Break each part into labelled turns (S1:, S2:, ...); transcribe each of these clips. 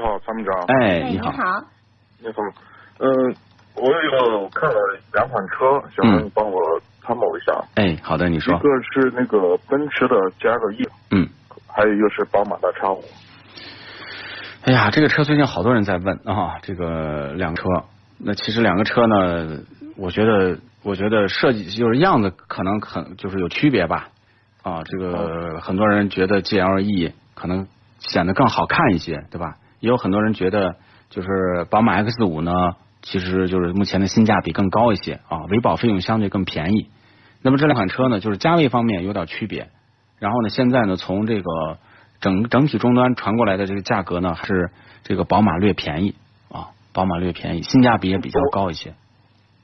S1: 你好，哦参谋长。
S2: 哎，
S3: 哎，
S2: 你
S3: 你
S2: 好，
S3: 好，
S1: 你好，嗯，我有看了两款车，想让你帮我参谋一下。
S2: 哎，好嗯的，你
S1: 一
S2: 说，
S1: 个是那个奔驰的 GLE，
S2: 嗯，
S1: E，还有一个是宝马的 X 五。
S2: 哎呀，这个车最近好多人在问啊，这个两个车，那其实两个车呢，我觉得，我觉得设计就是样子可能很就是有区别吧，啊，这个很多人觉得 GLE 可能显得更好看一些，对吧？也有很多人觉得就是宝马 X 五呢，其实就是目前的性价比更高一些啊，维保费用相对更便宜。那么这两款车呢，就是价位方面有点区别，然后呢，现在呢，从这个整整体终端传过来的这个价格呢，还是这个宝马略便宜啊，宝马略便宜，性价比也比较高一些。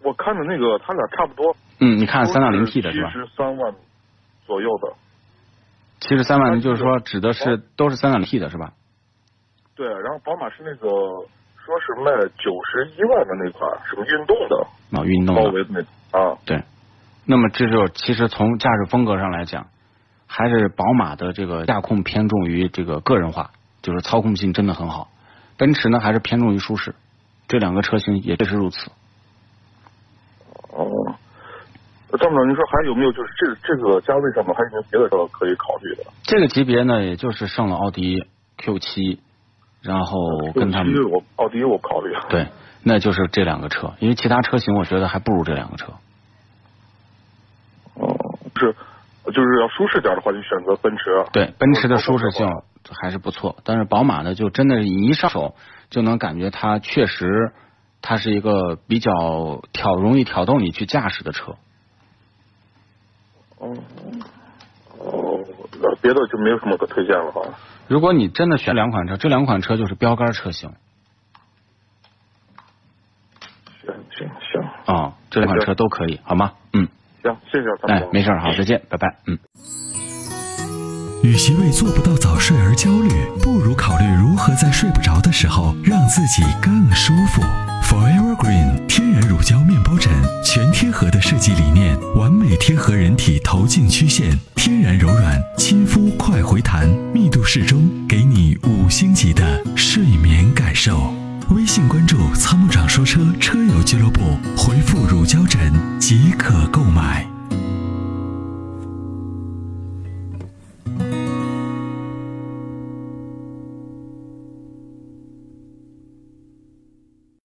S1: 我看的那个，它俩差不多。
S2: 嗯，你看三点零 T 的是吧
S1: 七？十三万左右的。
S2: 七十三万，就是说指的是都是三点零 T 的是吧？
S1: 对，然后宝马是那个，说是卖九十一万的那款，什么运动的，
S2: 啊，运动
S1: 包
S2: 的。
S1: 围的那啊。
S2: 对，那么这就其实从驾驶风格上来讲，还是宝马的这个驾控偏重于这个个人化，就是操控性真的很好。奔驰呢还是偏重于舒适，这两个车型也确实如此。
S1: 哦、参谋长，您说还有没有就是这这个价位上面还有没有别的车可以考虑的？
S2: 这个级别呢，也就是剩了奥迪 Q 七，然后
S1: 啊
S2: 跟他们
S1: 其实我奥迪我 考虑。
S2: 对，那就是这两个车，因为其他车型我觉得还不如这两个车。
S1: 哦，就是就是要舒适点的话，就选择奔驰。啊
S2: 对， 奔驰的舒适性还是不错，但是宝马呢，就真的是你一上手就能感觉它确实它是一个比较挑容易挑动你去驾驶的车。
S1: 哦哦，那别的就没有什么可推荐了哈。
S2: 如果你真的选两款车，这两款车就是标杆车型
S1: 行行行
S2: 啊、这两款车都可以，好吗？嗯，
S1: 行，谢啊谢参谋
S2: 哎
S1: 长。，
S2: 没事儿，好，再见，拜拜，嗯。
S4: 与其为做不到早睡而焦虑，不如考虑如何在睡不着的时候让自己更舒服。Forever Green 天然乳胶面包枕，全贴合的设计理念，完美贴合人体头颈曲线，天然柔软，亲肤快回弹，密度适中，给你五星级的睡眠感受。微信关注“参谋长说车”车友俱乐部，回复“乳胶枕”即可购买。